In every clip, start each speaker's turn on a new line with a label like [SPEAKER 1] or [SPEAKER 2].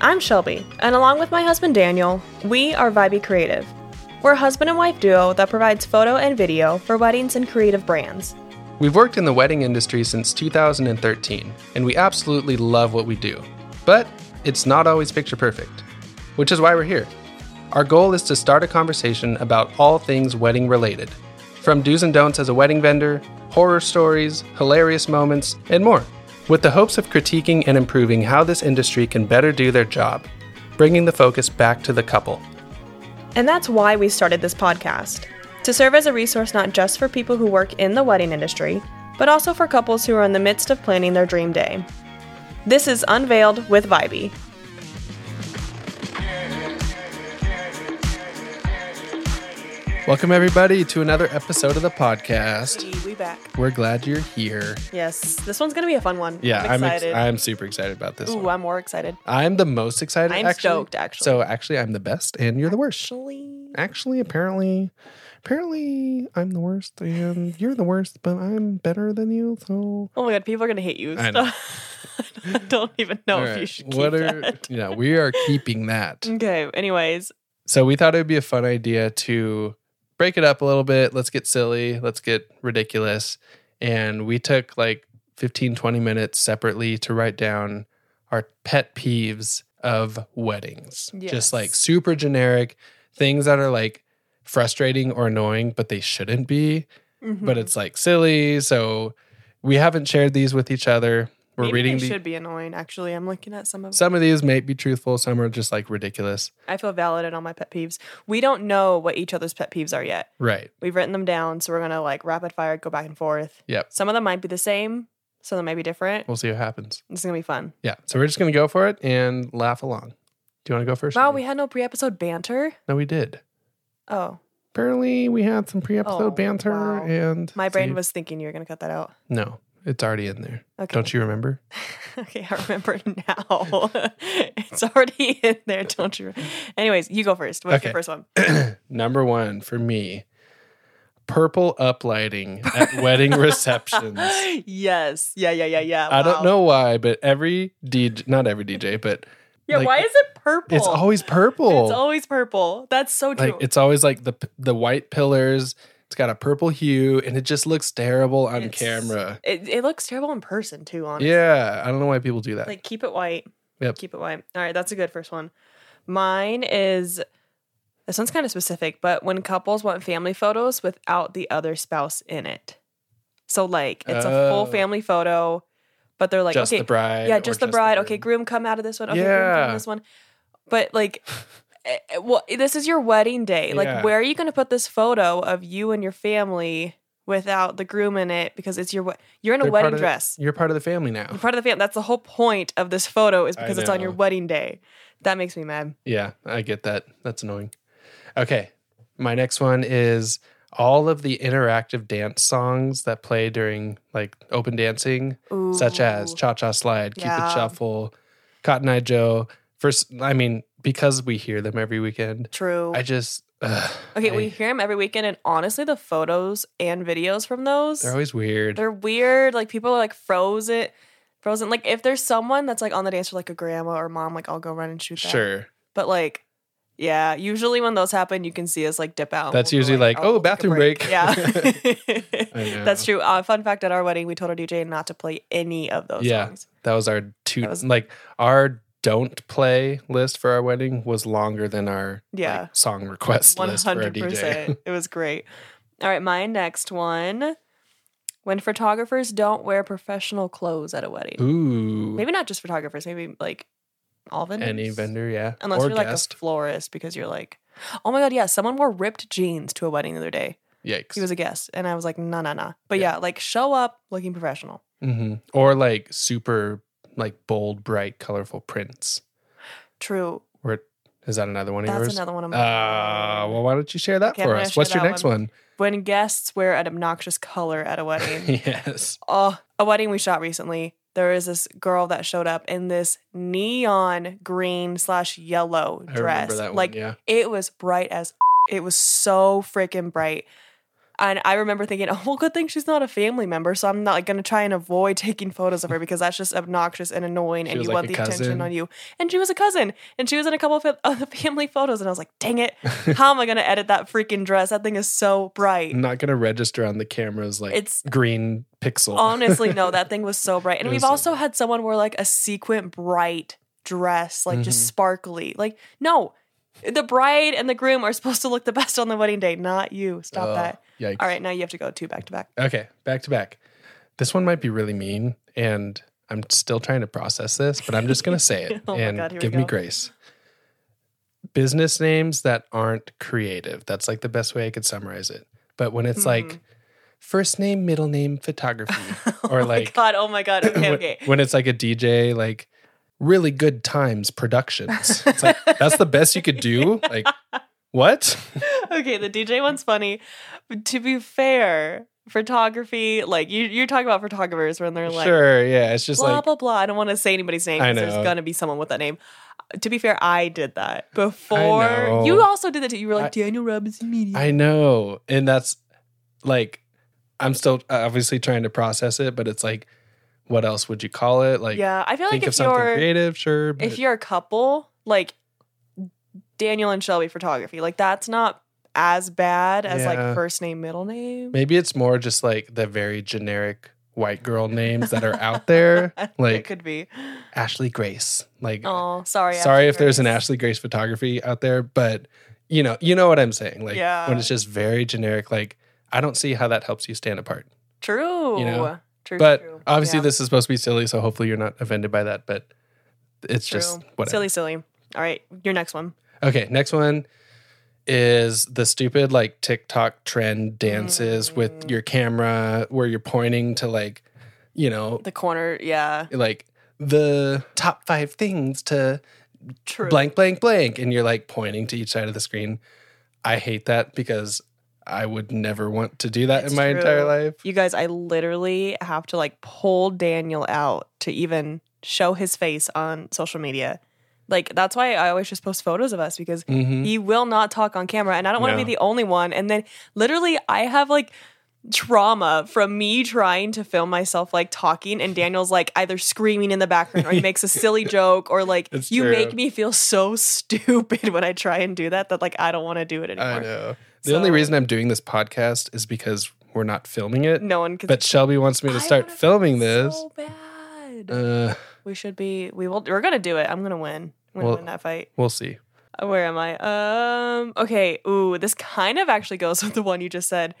[SPEAKER 1] I'm Shelby, and along with my husband Daniel, we are Vibe Creative. We're a husband and wife duo that provides photo and video for weddings and creative brands.
[SPEAKER 2] We've worked in the wedding industry since 2013, and we absolutely love what we do. But it's not always picture perfect, which is why we're here. Our goal is to start a conversation about all things wedding related, from do's and don'ts as a wedding vendor, horror stories, hilarious moments, and more, with the hopes of critiquing and improving how this industry can better do their job, bringing the focus back to the couple.
[SPEAKER 1] And that's why we started this podcast to serve as a resource not just for people who work in the wedding industry, but also for couples who are in the midst of planning their dream day. This is Unveiled with Vibe.
[SPEAKER 2] Welcome, everybody, to another episode of the podcast.
[SPEAKER 1] We back.
[SPEAKER 2] We're glad you're here.
[SPEAKER 1] Yes, this one's gonna be a fun one.
[SPEAKER 2] Yeah,
[SPEAKER 1] I'm
[SPEAKER 2] I'm, ex-
[SPEAKER 1] excited.
[SPEAKER 2] I'm super excited about this one.
[SPEAKER 1] Ooh, I'm more excited.
[SPEAKER 2] I'm the most excited.
[SPEAKER 1] I'm
[SPEAKER 2] actually.
[SPEAKER 1] stoked, actually.
[SPEAKER 2] So actually, I'm the best, and you're the worst.
[SPEAKER 1] Actually,
[SPEAKER 2] Actually, apparently, apparently, I'm the worst, and you're the worst, but I'm better than you. So
[SPEAKER 1] oh my god, people are gonna hate you.
[SPEAKER 2] I know.
[SPEAKER 1] Stop. I don't even know
[SPEAKER 2] All
[SPEAKER 1] if you
[SPEAKER 2] right,
[SPEAKER 1] should keep
[SPEAKER 2] what are
[SPEAKER 1] that.
[SPEAKER 2] yeah? We are keeping that.
[SPEAKER 1] Okay. Anyways,
[SPEAKER 2] So we thought it would be a fun idea to break it up a little bit. Let's get silly. Let's get ridiculous. And we took like 15, 20 minutes separately to write down our pet peeves of weddings.
[SPEAKER 1] Yes.
[SPEAKER 2] Just like super generic things that are like frustrating or annoying, but they shouldn't be.
[SPEAKER 1] Mhm.
[SPEAKER 2] But it's like silly. So we haven't shared these with each other. We're
[SPEAKER 1] Maybe
[SPEAKER 2] reading
[SPEAKER 1] they
[SPEAKER 2] the,
[SPEAKER 1] should be annoying. Actually, I'm looking at some of.
[SPEAKER 2] some of these may be truthful, some are just like ridiculous.
[SPEAKER 1] I feel validated on my pet peeves. We don't know what each other's pet peeves are yet.
[SPEAKER 2] Right.
[SPEAKER 1] We've written them down, so we're gonna like rapid fire, go back and forth.
[SPEAKER 2] Yep.
[SPEAKER 1] Some of them might be the same. Some of them might be different.
[SPEAKER 2] We'll see what happens.
[SPEAKER 1] It's gonna be fun.
[SPEAKER 2] Yeah. So we're just gonna go for it and laugh along. Do you want to go first?
[SPEAKER 1] Wow, we
[SPEAKER 2] Sydney?
[SPEAKER 1] had no pre-episode banter.
[SPEAKER 2] no, we did.
[SPEAKER 1] Oh,
[SPEAKER 2] Apparently, we had some pre-episode
[SPEAKER 1] Oh,
[SPEAKER 2] banter,
[SPEAKER 1] wow.
[SPEAKER 2] and
[SPEAKER 1] my brain
[SPEAKER 2] See,
[SPEAKER 1] was thinking you were gonna cut that out.
[SPEAKER 2] no. It's already in there.
[SPEAKER 1] Okay.
[SPEAKER 2] Don't you remember?
[SPEAKER 1] okay, I remember now. it's already in there, don't you? Anyways, you go first. What's your
[SPEAKER 2] Okay.
[SPEAKER 1] first one?
[SPEAKER 2] Number one for me, purple uplighting at wedding receptions.
[SPEAKER 1] yes. Yeah, yeah, yeah, yeah.
[SPEAKER 2] I
[SPEAKER 1] Wow.
[SPEAKER 2] don't know why, but every DJ, not every DJ, but
[SPEAKER 1] Yeah,
[SPEAKER 2] like,
[SPEAKER 1] why is it purple?
[SPEAKER 2] it's always purple.
[SPEAKER 1] It's always purple. That's so true.
[SPEAKER 2] like it's always like the the white pillars. It's got a purple hue, and it just looks terrible on
[SPEAKER 1] It's-
[SPEAKER 2] camera.
[SPEAKER 1] it, it looks terrible in person too, honestly.
[SPEAKER 2] Yeah, I don't know why people do that.
[SPEAKER 1] Like keep it white.
[SPEAKER 2] Yep.
[SPEAKER 1] Keep it white. All right, that's a good first one. Mine is this one's kind of specific, but when couples want family photos without the other spouse in it. So like it's a
[SPEAKER 2] Oh.
[SPEAKER 1] full family photo, but they're like,
[SPEAKER 2] just
[SPEAKER 1] okay,
[SPEAKER 2] the bride.
[SPEAKER 1] yeah,
[SPEAKER 2] or
[SPEAKER 1] just the bride. okay,
[SPEAKER 2] groom.
[SPEAKER 1] groom, come out of this one. Okay, groom, come out
[SPEAKER 2] Yeah.
[SPEAKER 1] of this one. But like, eh, eh, well, this is your wedding day. Like,
[SPEAKER 2] Yeah.
[SPEAKER 1] where are you going to put this photo of you and your family without the groom in it? Because it's your we- you're in a
[SPEAKER 2] They're part
[SPEAKER 1] wedding
[SPEAKER 2] of-
[SPEAKER 1] dress.
[SPEAKER 2] You're part of the family now.
[SPEAKER 1] You're part of the family. That's the whole point of this photo is
[SPEAKER 2] I
[SPEAKER 1] because it's on your
[SPEAKER 2] know.
[SPEAKER 1] wedding day. That makes me mad.
[SPEAKER 2] yeah, I get that. That's annoying. Okay, my next one is all of the interactive dance songs that play during like open dancing, such as
[SPEAKER 1] Ooh.
[SPEAKER 2] Cha Cha Slide, Cupid
[SPEAKER 1] Yeah.
[SPEAKER 2] Shuffle, Cotton Eye Joe. First, I mean, because we hear them every weekend,
[SPEAKER 1] true.
[SPEAKER 2] I just ugh,
[SPEAKER 1] okay,
[SPEAKER 2] I-
[SPEAKER 1] we hear them every weekend, and honestly, the photos and videos from those
[SPEAKER 2] they're always weird.
[SPEAKER 1] They're weird. Like people are like frozen, frozen. Like if there's someone that's like on the dance floor, like a grandma or mom, like I'll go run and shoot. That.
[SPEAKER 2] sure,
[SPEAKER 1] But like, yeah. Usually when those happen, you can see us like dip out.
[SPEAKER 2] That's
[SPEAKER 1] We'll be
[SPEAKER 2] usually like,
[SPEAKER 1] we'll
[SPEAKER 2] "Oh,
[SPEAKER 1] take a
[SPEAKER 2] bathroom break." I
[SPEAKER 1] Yeah.
[SPEAKER 2] know.
[SPEAKER 1] that's true. Uh, fun fact: at our wedding, we told our DJ not to play any of those
[SPEAKER 2] Yeah.
[SPEAKER 1] songs.
[SPEAKER 2] That was our two
[SPEAKER 1] That was-
[SPEAKER 2] like our don't play list for our wedding was longer than our like,
[SPEAKER 1] Yeah.
[SPEAKER 2] song request
[SPEAKER 1] One
[SPEAKER 2] list for our
[SPEAKER 1] hundred
[SPEAKER 2] DJ.
[SPEAKER 1] percent. It was great. All right, my next one. When photographers don't wear professional clothes at a wedding,
[SPEAKER 2] Ooh.
[SPEAKER 1] maybe not just photographers, maybe like all vendors.
[SPEAKER 2] any vendor, yeah.
[SPEAKER 1] Unless
[SPEAKER 2] or
[SPEAKER 1] you're
[SPEAKER 2] guest.
[SPEAKER 1] like a florist because you're like, oh my God, yeah, someone wore ripped jeans to a wedding the other day.
[SPEAKER 2] Yikes.
[SPEAKER 1] He was a guest. And I was like, no, no, no. But
[SPEAKER 2] Yeah.
[SPEAKER 1] yeah. like show up looking professional.
[SPEAKER 2] hmm Or like super like bold, bright, colorful prints.
[SPEAKER 1] True.
[SPEAKER 2] Or is that another one of
[SPEAKER 1] That's
[SPEAKER 2] yours?
[SPEAKER 1] another one of my.
[SPEAKER 2] uh, well, why don't you share that
[SPEAKER 1] Okay, I'm
[SPEAKER 2] for
[SPEAKER 1] gonna
[SPEAKER 2] us?
[SPEAKER 1] share
[SPEAKER 2] What's your
[SPEAKER 1] that
[SPEAKER 2] next one?
[SPEAKER 1] when guests wear an obnoxious color at a wedding.
[SPEAKER 2] yes.
[SPEAKER 1] oh, a wedding we shot recently. There was this girl that showed up in this neon green slash yellow
[SPEAKER 2] I
[SPEAKER 1] dress.
[SPEAKER 2] remember that one.
[SPEAKER 1] like
[SPEAKER 2] yeah.
[SPEAKER 1] it was bright as it was so freaking bright. And I remember thinking, oh, well, good thing she's not a family member. So I'm not like, going to try and avoid taking photos of her because that's just obnoxious and annoying.
[SPEAKER 2] She
[SPEAKER 1] and
[SPEAKER 2] was,
[SPEAKER 1] you
[SPEAKER 2] like,
[SPEAKER 1] want
[SPEAKER 2] a
[SPEAKER 1] the
[SPEAKER 2] cousin.
[SPEAKER 1] attention on you. And she was a cousin. And she was in a couple of fa- of the family photos. And I was like, dang it. How am I going to edit that freaking dress? That thing is so bright.
[SPEAKER 2] I'm not gonna register on the camera's Mm, like
[SPEAKER 1] It's-
[SPEAKER 2] green pixel.
[SPEAKER 1] Honestly, no, that thing was so bright. And
[SPEAKER 2] It
[SPEAKER 1] we've
[SPEAKER 2] was so
[SPEAKER 1] also had someone wear like a sequin bright dress, like
[SPEAKER 2] Mhm.
[SPEAKER 1] just sparkly. Like, no, the bride and the groom are supposed to look the best on the wedding day, not you. Stop
[SPEAKER 2] Oh,
[SPEAKER 1] that.
[SPEAKER 2] Yikes.
[SPEAKER 1] All right, now you have to go two back to back.
[SPEAKER 2] Okay, back to back. This one might be really mean, and I'm still trying to process this, but I'm just going to say it
[SPEAKER 1] Oh my
[SPEAKER 2] and
[SPEAKER 1] God, here we
[SPEAKER 2] give me
[SPEAKER 1] go.
[SPEAKER 2] grace. Business names that aren't creative. That's like the best way I could summarize it. But when it's like
[SPEAKER 1] Mhm.
[SPEAKER 2] first name, middle name, photography, or
[SPEAKER 1] Oh my
[SPEAKER 2] like
[SPEAKER 1] God, oh my God. Okay,
[SPEAKER 2] when-
[SPEAKER 1] okay.
[SPEAKER 2] when it's like a DJ, like really good times productions. It's like that's the best you could do. Like what?
[SPEAKER 1] okay, the DJ one's funny. But to be fair, photography, like you, you're talking about photographers when they're like,
[SPEAKER 2] sure, yeah. It's just
[SPEAKER 1] blah,
[SPEAKER 2] like
[SPEAKER 1] blah, blah. I don't want to say anybody's name
[SPEAKER 2] I
[SPEAKER 1] because
[SPEAKER 2] know.
[SPEAKER 1] there's going to be someone with that name. Uh, To be fair, I did that
[SPEAKER 2] know.
[SPEAKER 1] before. You also did that too. You were like,
[SPEAKER 2] I-
[SPEAKER 1] Daniel Robinson Media.
[SPEAKER 2] I know. And that's like, I'm still uh, obviously trying to process it, but it's like, what else would you call it? Like,
[SPEAKER 1] yeah, I feel like
[SPEAKER 2] think of
[SPEAKER 1] if
[SPEAKER 2] something
[SPEAKER 1] you're
[SPEAKER 2] creative, sure. But
[SPEAKER 1] if you're a couple, like Daniel and Shelby photography, like that's not as bad as
[SPEAKER 2] Yeah.
[SPEAKER 1] like first name, middle name.
[SPEAKER 2] maybe it's more just like the very generic white girl names that are out there,
[SPEAKER 1] it
[SPEAKER 2] like
[SPEAKER 1] could be.
[SPEAKER 2] Ashley Grace. Like,
[SPEAKER 1] Oh, sorry.
[SPEAKER 2] sorry if there's an
[SPEAKER 1] Ashley. Grace.
[SPEAKER 2] Ashley Grace photography out there, but you know, you know what I'm saying. Like,
[SPEAKER 1] Yeah.
[SPEAKER 2] when it's just very generic, like, I don't see how that helps you stand apart.
[SPEAKER 1] True.
[SPEAKER 2] You know?
[SPEAKER 1] True.
[SPEAKER 2] But
[SPEAKER 1] true.
[SPEAKER 2] obviously,
[SPEAKER 1] Yeah.
[SPEAKER 2] this is supposed to be silly, so hopefully, you're not offended by that. But it's just
[SPEAKER 1] True.
[SPEAKER 2] whatever.
[SPEAKER 1] silly, silly. All right, your next one.
[SPEAKER 2] Okay, next one is the stupid like TikTok trend dances with
[SPEAKER 1] Mm.
[SPEAKER 2] your camera where you're pointing to like, you know,
[SPEAKER 1] The corner. Yeah.
[SPEAKER 2] like the top five things to
[SPEAKER 1] True.
[SPEAKER 2] blank, blank, blank, and you're like pointing to each side of the screen. I hate that because I would never want to do that
[SPEAKER 1] It's
[SPEAKER 2] in my entire
[SPEAKER 1] true.
[SPEAKER 2] life.
[SPEAKER 1] You guys, I literally have to like pull Daniel out to even show his face on social media. Like that's why I always just post photos of us because
[SPEAKER 2] Mhm.
[SPEAKER 1] he will not talk on camera and I don't want to
[SPEAKER 2] No.
[SPEAKER 1] be the only one. And then literally I have like trauma from me trying to film myself like talking and Daniel's like either screaming in the background or he makes a silly joke or like
[SPEAKER 2] It's
[SPEAKER 1] you
[SPEAKER 2] true.
[SPEAKER 1] make me feel so stupid when I try and do that that like I don't want to do it
[SPEAKER 2] I
[SPEAKER 1] anymore.
[SPEAKER 2] know. The only
[SPEAKER 1] So-
[SPEAKER 2] reason I'm doing this podcast is because we're not filming it.
[SPEAKER 1] No one can
[SPEAKER 2] But Shelby wants me to
[SPEAKER 1] I
[SPEAKER 2] start
[SPEAKER 1] wanna film
[SPEAKER 2] filming this.
[SPEAKER 1] so bad.
[SPEAKER 2] Uh,
[SPEAKER 1] We should be. We will. We're gonna do it. I'm gonna win. We're gonna
[SPEAKER 2] Well-
[SPEAKER 1] win that fight.
[SPEAKER 2] we'll see.
[SPEAKER 1] Uh, Where am I? Um. Okay. Ooh, this kind of actually goes with the one you just said.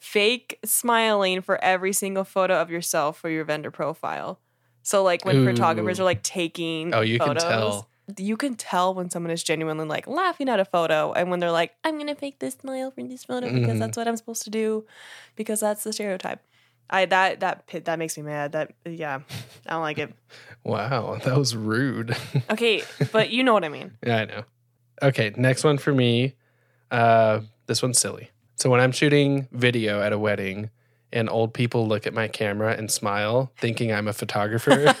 [SPEAKER 1] Fake smiling for every single photo of yourself for your vendor profile. So like when photographers
[SPEAKER 2] Ooh.
[SPEAKER 1] are like taking.
[SPEAKER 2] Oh, you
[SPEAKER 1] photos,
[SPEAKER 2] can tell.
[SPEAKER 1] You can tell when someone is genuinely like laughing at a photo and when they're like, I'm gonna fake this smile for this photo because
[SPEAKER 2] Mhm.
[SPEAKER 1] that's what I'm supposed to do, because that's the stereotype. I that that pit that makes me mad. That yeah, I don't like it.
[SPEAKER 2] Wow, that was rude.
[SPEAKER 1] Okay, but you know what I mean.
[SPEAKER 2] yeah, I know. Okay, next one for me. Uh, this one's silly. So when I'm shooting video at a wedding and old people look at my camera and smile, thinking I'm a photographer,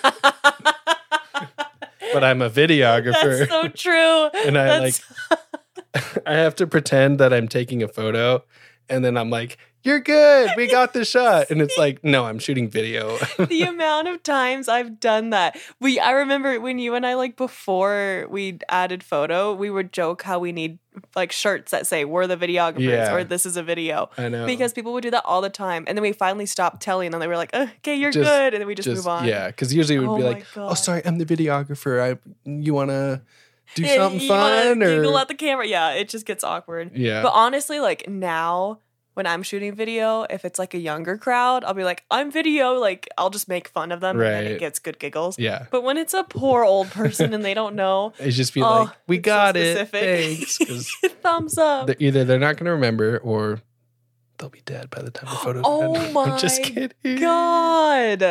[SPEAKER 2] but I'm a videographer.
[SPEAKER 1] That's so true.
[SPEAKER 2] and I
[SPEAKER 1] That's-
[SPEAKER 2] like I have to pretend that I'm taking a photo and then I'm like, "You're good. We got the shot." And it's like, "No, I'm shooting video."
[SPEAKER 1] the amount of times I've done that. We I remember when you and I like before we added photo, we would joke how we need like shirts that say we're the videographers
[SPEAKER 2] Yeah.
[SPEAKER 1] or this is a video.
[SPEAKER 2] I know.
[SPEAKER 1] Because people would do that all the time. And then we finally stopped telling them. They were like, "Uh, okay, you're
[SPEAKER 2] Just-
[SPEAKER 1] good. And then we just, move on.
[SPEAKER 2] Yeah, because usually it would
[SPEAKER 1] Oh
[SPEAKER 2] be
[SPEAKER 1] my
[SPEAKER 2] like, "Oh,
[SPEAKER 1] God.
[SPEAKER 2] sorry, I'm the videographer. I you want to do
[SPEAKER 1] Yeah,
[SPEAKER 2] something
[SPEAKER 1] you wanna
[SPEAKER 2] fun or
[SPEAKER 1] giggle at the camera. Yeah, it just gets awkward.
[SPEAKER 2] yeah,
[SPEAKER 1] But honestly, like now when I'm shooting video, if it's like a younger crowd, I'll be like, I'm video. Like I'll just make fun of them and then
[SPEAKER 2] Right.
[SPEAKER 1] it gets good giggles.
[SPEAKER 2] yeah."
[SPEAKER 1] But when it's a poor old person and they don't know,
[SPEAKER 2] It's just be
[SPEAKER 1] Oh,
[SPEAKER 2] like, "We
[SPEAKER 1] it's so
[SPEAKER 2] got it.
[SPEAKER 1] specific.
[SPEAKER 2] Thanks." Because
[SPEAKER 1] thumbs up.
[SPEAKER 2] either they're not going to remember or they'll be dead by the time the photo's
[SPEAKER 1] Oh
[SPEAKER 2] done. I'm just
[SPEAKER 1] my
[SPEAKER 2] kidding.
[SPEAKER 1] God.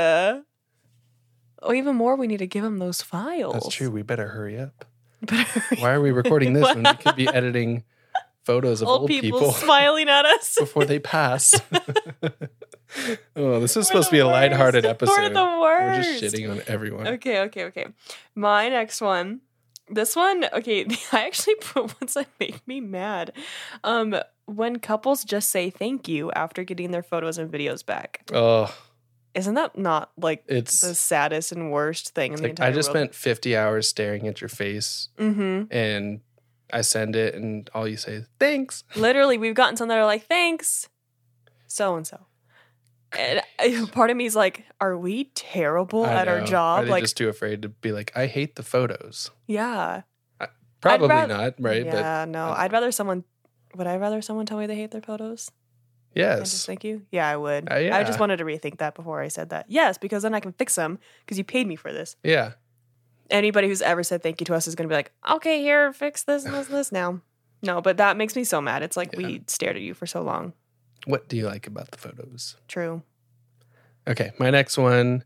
[SPEAKER 1] Oh, even more, we need to give them those files.
[SPEAKER 2] That's true. We better hurry up.
[SPEAKER 1] But
[SPEAKER 2] Why are we recording this when we could be editing photos of
[SPEAKER 1] old, people, smiling at us.
[SPEAKER 2] before they pass? oh, this
[SPEAKER 1] We're
[SPEAKER 2] is supposed
[SPEAKER 1] the
[SPEAKER 2] to be a lighthearted
[SPEAKER 1] worst.
[SPEAKER 2] episode.
[SPEAKER 1] We're the worst.
[SPEAKER 2] just shitting on everyone.
[SPEAKER 1] Okay, okay, okay. My next one This one, okay, I actually put ones that make me mad. Um, when couples just say thank you after getting their photos and videos back,
[SPEAKER 2] Oh,
[SPEAKER 1] isn't that not like
[SPEAKER 2] it's,
[SPEAKER 1] the saddest and worst thing in the
[SPEAKER 2] like
[SPEAKER 1] entire
[SPEAKER 2] I just
[SPEAKER 1] world?
[SPEAKER 2] spent 50 hours staring at your face
[SPEAKER 1] mm-hmm.
[SPEAKER 2] and I send it and all you say is thanks.
[SPEAKER 1] Literally, we've gotten some that are like, thanks, so and so. And I- part of me is like, are we terrible
[SPEAKER 2] I
[SPEAKER 1] at our
[SPEAKER 2] know. Are
[SPEAKER 1] job?
[SPEAKER 2] they
[SPEAKER 1] Like,
[SPEAKER 2] just too afraid to be like, I hate the photos?
[SPEAKER 1] yeah.
[SPEAKER 2] Probably
[SPEAKER 1] rather-
[SPEAKER 2] not, right?
[SPEAKER 1] Yeah, no.
[SPEAKER 2] uh,
[SPEAKER 1] I'd rather someone. Would I rather someone tell me they hate their photos?
[SPEAKER 2] But
[SPEAKER 1] than just
[SPEAKER 2] yes.
[SPEAKER 1] thank you. Yeah, I would.
[SPEAKER 2] Uh,
[SPEAKER 1] I
[SPEAKER 2] yeah.
[SPEAKER 1] just wanted to rethink that before I said that. Yes, because then I can fix them because you paid me for this.
[SPEAKER 2] yeah.
[SPEAKER 1] Anybody who's ever said thank you to us is going to be like, okay, here, fix this and this and this now. No, but that makes me so mad. It's like we stared at you for so long.
[SPEAKER 2] What do you like about the photos?
[SPEAKER 1] True.
[SPEAKER 2] Okay, my next one,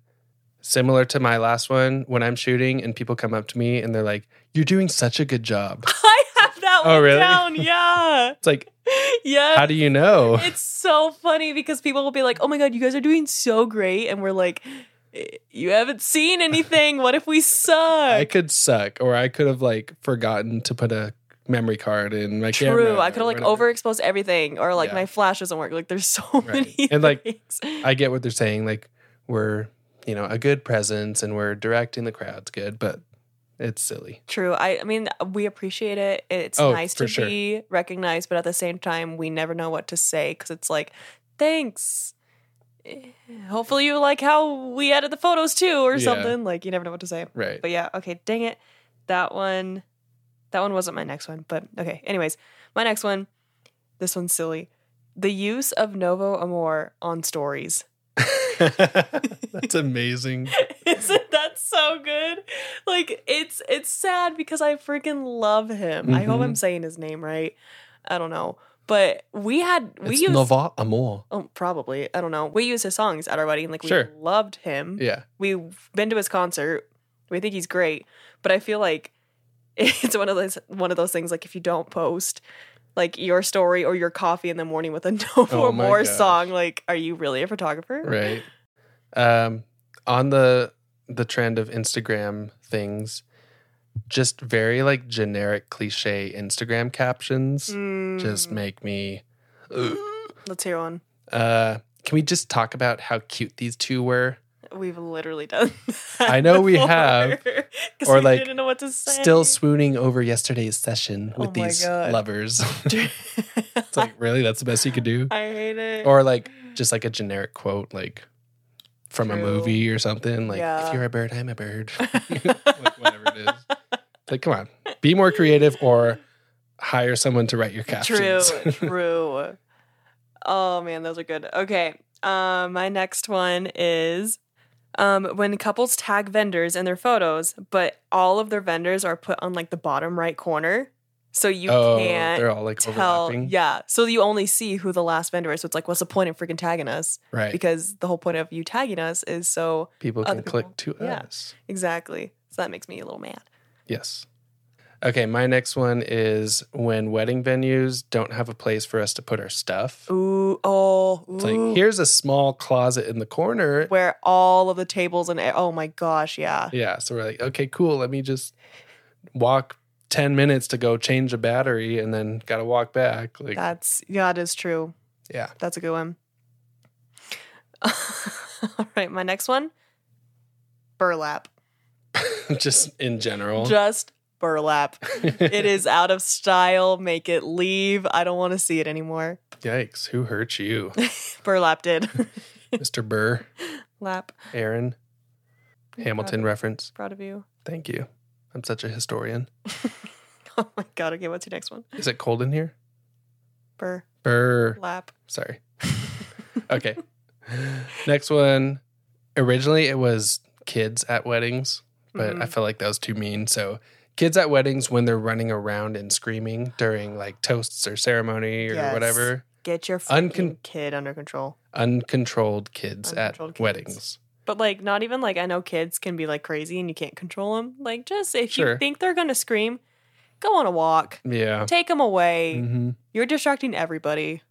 [SPEAKER 2] similar to my last one, when I'm shooting and people come up to me and they're like, "You're doing such a good job."
[SPEAKER 1] I have that
[SPEAKER 2] Oh,
[SPEAKER 1] one
[SPEAKER 2] really?
[SPEAKER 1] down. Yeah.
[SPEAKER 2] It's like,
[SPEAKER 1] Yeah.
[SPEAKER 2] how do you know?
[SPEAKER 1] It's so funny because people will be like, "Oh my god, you guys are doing so great," and we're like, "Eh, "You haven't seen anything. What if we
[SPEAKER 2] I
[SPEAKER 1] suck?"
[SPEAKER 2] could suck, or I could have like forgotten to put a memory card in my camera.
[SPEAKER 1] True. I could have
[SPEAKER 2] or
[SPEAKER 1] like
[SPEAKER 2] whatever.
[SPEAKER 1] overexposed everything, or like
[SPEAKER 2] Yeah.
[SPEAKER 1] my flash doesn't work. Like, there's so many
[SPEAKER 2] And, like,
[SPEAKER 1] things.
[SPEAKER 2] I get what they're saying. Like we're, you know, a good presence and we're directing the crowds good, but it's silly.
[SPEAKER 1] True. I, I mean, we appreciate it. It's
[SPEAKER 2] Oh,
[SPEAKER 1] nice
[SPEAKER 2] for
[SPEAKER 1] to
[SPEAKER 2] sure.
[SPEAKER 1] be recognized, but at the same time, we never know what to say because it's like, thanks. Eh, Hopefully, you like how we added the photos too, or
[SPEAKER 2] Yeah.
[SPEAKER 1] something. Like, you never know what to say.
[SPEAKER 2] Right.
[SPEAKER 1] But yeah, okay, dang it. That one that one wasn't my next one, but okay. Anyways, my next one, this one's silly. The use of Novo Amor on stories.
[SPEAKER 2] That's amazing.
[SPEAKER 1] Isn't that so good? Like it's it's sad because I freaking love him. I hope
[SPEAKER 2] Mhm.
[SPEAKER 1] I'm saying his name right. I don't know. But we had we
[SPEAKER 2] it's
[SPEAKER 1] used
[SPEAKER 2] Nova Amor.
[SPEAKER 1] Oh, probably. I don't know. We used his songs at our wedding. Like we
[SPEAKER 2] Sure.
[SPEAKER 1] loved him
[SPEAKER 2] Yeah.
[SPEAKER 1] we've been to his concert. We think he's great, but I feel like it's one of those one of those things. Like if you don't post like your story or your coffee in the morning with a no
[SPEAKER 2] Oh
[SPEAKER 1] or
[SPEAKER 2] my
[SPEAKER 1] more
[SPEAKER 2] gosh.
[SPEAKER 1] song, like are you really a photographer?
[SPEAKER 2] right um on the the trend of instagram things just very like generic cliche instagram captions
[SPEAKER 1] Mm,
[SPEAKER 2] just make me
[SPEAKER 1] let's hear one.
[SPEAKER 2] uh can we just talk about how cute these two were
[SPEAKER 1] We've literally done.
[SPEAKER 2] I know we have. Or,
[SPEAKER 1] or
[SPEAKER 2] like,
[SPEAKER 1] like didn't know what to say.
[SPEAKER 2] still swooning over yesterday's session with
[SPEAKER 1] Oh my
[SPEAKER 2] these
[SPEAKER 1] God.
[SPEAKER 2] lovers it's like really that's the best you could do
[SPEAKER 1] I hate it.
[SPEAKER 2] or like just like a generic quote like from a
[SPEAKER 1] True.
[SPEAKER 2] movie or something like
[SPEAKER 1] Yeah.
[SPEAKER 2] if you're a bird i'm a bird like, whatever it is It's like come on be more creative or hire someone to write your
[SPEAKER 1] True,
[SPEAKER 2] captions
[SPEAKER 1] true. Oh man, those are good. Okay. Um, my next one is um, when couples tag vendors in their photos, but all of their vendors are put on like the bottom right corner. So you
[SPEAKER 2] oh
[SPEAKER 1] can't
[SPEAKER 2] they're all like
[SPEAKER 1] tell.
[SPEAKER 2] overlapping
[SPEAKER 1] Yeah. So you only see who the last vendor is. So it's like, what's the point of freaking tagging us?
[SPEAKER 2] right
[SPEAKER 1] Because the whole point of you tagging us is so
[SPEAKER 2] people can
[SPEAKER 1] other
[SPEAKER 2] click to
[SPEAKER 1] people. Yeah.
[SPEAKER 2] us
[SPEAKER 1] exactly. So that makes me a little mad.
[SPEAKER 2] yes okay my next one is when wedding venues don't have a place for us to put our stuff
[SPEAKER 1] Ooh, oh,
[SPEAKER 2] it's
[SPEAKER 1] ooh.
[SPEAKER 2] like here's a small closet in the corner
[SPEAKER 1] where all of the tables and oh my gosh, yeah.
[SPEAKER 2] Yeah. So we're like, okay, cool. Let me just walk 10 minutes to go change a battery and then got to walk back. Like,
[SPEAKER 1] That's yeah, that is true.
[SPEAKER 2] Yeah.
[SPEAKER 1] That's a good one. All right, my next one. Burlap.
[SPEAKER 2] just in general.
[SPEAKER 1] Just burlap. It is out of style. Make it leave. I don't want to see it anymore.
[SPEAKER 2] Yikes. Who hurt you?
[SPEAKER 1] Burlap did.
[SPEAKER 2] Mr. Burr,
[SPEAKER 1] Lap.
[SPEAKER 2] Aaron,
[SPEAKER 1] I'm
[SPEAKER 2] Hamilton reference.
[SPEAKER 1] Proud of, proud of you.
[SPEAKER 2] Thank you. I'm such a historian.
[SPEAKER 1] Oh my god. Okay, what's your next one?
[SPEAKER 2] Is it cold in here?
[SPEAKER 1] Burlap.
[SPEAKER 2] Burr. Sorry. Okay. Next one. Originally, it was kids at weddings. but I
[SPEAKER 1] Mhm.
[SPEAKER 2] feel like that was too mean. So kids at weddings when they're running around and screaming during like toasts or ceremony or
[SPEAKER 1] Yes.
[SPEAKER 2] whatever,
[SPEAKER 1] get your
[SPEAKER 2] uncon-
[SPEAKER 1] freaking kid under control.
[SPEAKER 2] uncontrolled kids
[SPEAKER 1] Uncontrolled
[SPEAKER 2] at
[SPEAKER 1] kids.
[SPEAKER 2] weddings.
[SPEAKER 1] But like, not even like I know kids can be like crazy and you can't control them. Like, just if
[SPEAKER 2] Sure.
[SPEAKER 1] you think they're gonna scream, go on a walk,
[SPEAKER 2] Yeah.
[SPEAKER 1] take them away.
[SPEAKER 2] hmm
[SPEAKER 1] You're distracting everybody.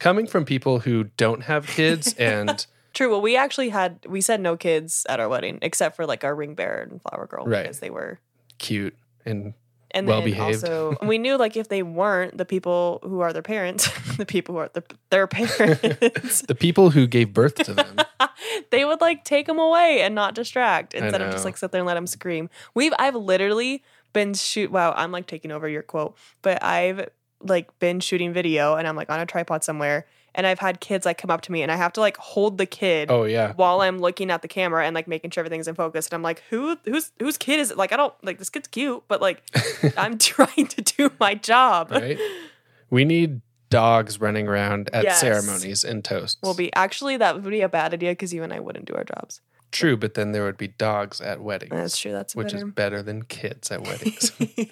[SPEAKER 2] Coming from people who don't have kids and
[SPEAKER 1] True. Well, we actually had we said no kids at our wedding except for like our ring bearer and flower girl
[SPEAKER 2] Right.
[SPEAKER 1] because they were
[SPEAKER 2] cute. and
[SPEAKER 1] and
[SPEAKER 2] Well
[SPEAKER 1] then
[SPEAKER 2] behaved.
[SPEAKER 1] also we knew like if they weren't the people who are their parents, the people who are the, their parents,
[SPEAKER 2] the people who gave birth to them.
[SPEAKER 1] they would like take them away and not distract instead of
[SPEAKER 2] know.
[SPEAKER 1] just like sit there and let them scream. We've I've literally been shoot. Wow, I'm like taking over your quote, but I've like been shooting video and I'm like on a tripod somewhere, and I've had kids like come up to me and I have to like hold the kid.
[SPEAKER 2] oh yeah.
[SPEAKER 1] While I'm looking at the camera and like making sure everything's in focus, and I'm like, who, who's, whose kid is it? Like, I don't like this kid's cute, but like, I'm trying to do my job.
[SPEAKER 2] right? We need dogs running around at
[SPEAKER 1] Yes.
[SPEAKER 2] ceremonies and toasts.
[SPEAKER 1] Will be actually that would be a bad idea because you and I wouldn't do our jobs.
[SPEAKER 2] True, but then there would be dogs at weddings.
[SPEAKER 1] That's true. That's
[SPEAKER 2] Which is better than kids at weddings.
[SPEAKER 1] better.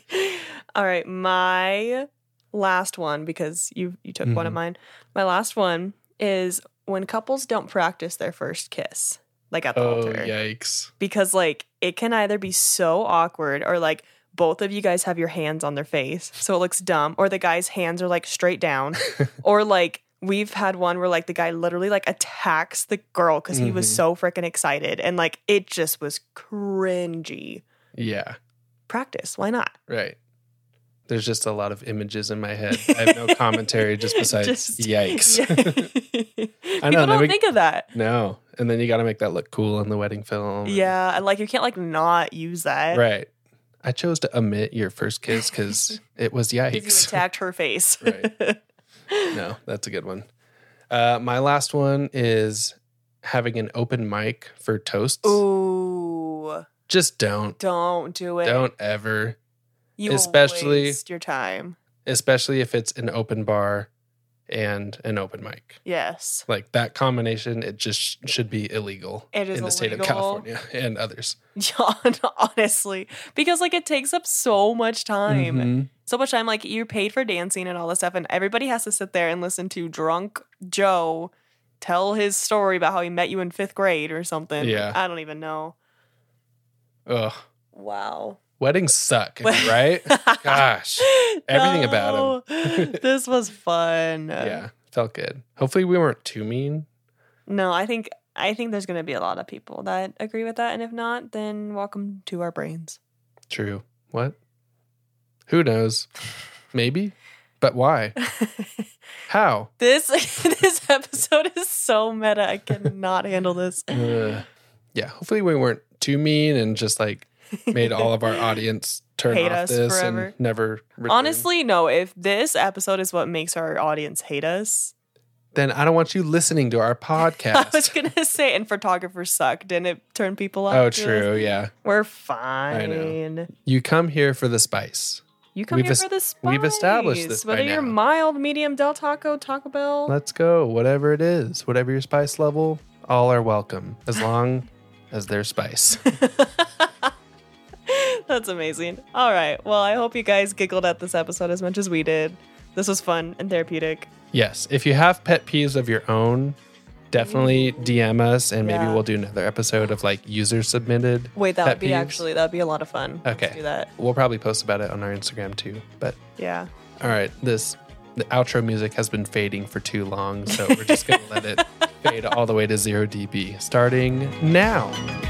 [SPEAKER 1] All right, my last one because you you took one of
[SPEAKER 2] Mhm.
[SPEAKER 1] mine. My last one is when couples don't practice their first kiss, like at the
[SPEAKER 2] oh,
[SPEAKER 1] altar,
[SPEAKER 2] yikes.
[SPEAKER 1] because like it can either be so awkward or like both of you guys have your hands on their face so it looks dumb or the guy's hands are like straight down or like we've had one where like the guy literally like attacks the girl because he was
[SPEAKER 2] Mhm.
[SPEAKER 1] so freaking excited and like it just was cringy
[SPEAKER 2] Yeah,
[SPEAKER 1] practice why not
[SPEAKER 2] right. There's just a lot of images in my head. I have no commentary just besides
[SPEAKER 1] Just-
[SPEAKER 2] yikes.
[SPEAKER 1] Yeah.
[SPEAKER 2] I
[SPEAKER 1] people
[SPEAKER 2] know, then
[SPEAKER 1] don't
[SPEAKER 2] we-
[SPEAKER 1] think of that
[SPEAKER 2] no. And then you got to make that look cool on the wedding film.
[SPEAKER 1] yeah and, like you can't like not use that
[SPEAKER 2] Right. I chose to omit your first kiss because it was
[SPEAKER 1] 'Cause you
[SPEAKER 2] yikes.
[SPEAKER 1] attacked her face
[SPEAKER 2] Right. No, that's a good one. Uh, my last one is having an open mic for toasts.
[SPEAKER 1] ooh
[SPEAKER 2] Just don't.
[SPEAKER 1] don't do it
[SPEAKER 2] Don't ever.
[SPEAKER 1] You will
[SPEAKER 2] Especially-
[SPEAKER 1] waste your time.
[SPEAKER 2] Especially if it's an open bar and an open mic.
[SPEAKER 1] Yes.
[SPEAKER 2] Like that combination, it just sh- should be illegal
[SPEAKER 1] It is
[SPEAKER 2] in the state of
[SPEAKER 1] illegal.
[SPEAKER 2] California and others.
[SPEAKER 1] John, honestly, because like it takes up so much time.
[SPEAKER 2] Mhm.
[SPEAKER 1] So much time. Like you're paid for dancing and all this stuff, and everybody has to sit there and listen to drunk Joe tell his story about how he met you in fifth grade or something.
[SPEAKER 2] Yeah.
[SPEAKER 1] I don't even know.
[SPEAKER 2] Ugh.
[SPEAKER 1] Wow.
[SPEAKER 2] Weddings suck, right? Gosh. Everything about
[SPEAKER 1] him. this was fun.
[SPEAKER 2] Yeah, felt good. Hopefully, we weren't too mean.
[SPEAKER 1] No, I think I think there's gonna be a lot of people that agree with that. And if not, then welcome to our brains.
[SPEAKER 2] True. What? Who knows? Maybe. But why? How?
[SPEAKER 1] This this episode is so meta. I cannot handle this.
[SPEAKER 2] Ugh. yeah. Hopefully, we weren't too mean and just like made all of our audience turn
[SPEAKER 1] Hate
[SPEAKER 2] off
[SPEAKER 1] us
[SPEAKER 2] this
[SPEAKER 1] forever.
[SPEAKER 2] and never. Return.
[SPEAKER 1] Honestly, no. If this episode is what makes our audience hate us,
[SPEAKER 2] then I don't want you listening to our
[SPEAKER 1] I was
[SPEAKER 2] podcast.
[SPEAKER 1] gonna say, and photographers suck. Didn't it turn people off?
[SPEAKER 2] oh,
[SPEAKER 1] to us?
[SPEAKER 2] true. Yeah.
[SPEAKER 1] We're
[SPEAKER 2] I
[SPEAKER 1] fine.
[SPEAKER 2] You come here for the spice.
[SPEAKER 1] You come
[SPEAKER 2] We've
[SPEAKER 1] here
[SPEAKER 2] es-
[SPEAKER 1] for the spice.
[SPEAKER 2] we've established this by
[SPEAKER 1] Whether you're
[SPEAKER 2] now.
[SPEAKER 1] mild, medium, Del Taco, Taco Bell,
[SPEAKER 2] Let's go. Whatever it is, whatever your spice level, all are welcome as long as there's spice.
[SPEAKER 1] That's amazing. All right. Well, I hope you guys giggled at this episode as much as we did. This was fun and therapeutic.
[SPEAKER 2] Yes. If you have pet peeves of your own, definitely DM us and maybe
[SPEAKER 1] Yeah.
[SPEAKER 2] we'll do another episode of like user submitted.
[SPEAKER 1] Wait, that
[SPEAKER 2] pet
[SPEAKER 1] would be
[SPEAKER 2] peeves.
[SPEAKER 1] actually that would be a lot of fun. Let's
[SPEAKER 2] Okay.
[SPEAKER 1] do that.
[SPEAKER 2] We'll probably post about it on our Instagram too. But
[SPEAKER 1] Yeah.
[SPEAKER 2] all right, this the outro music has been fading for too long, so we're just gonna let it fade all the way to zero dB starting now.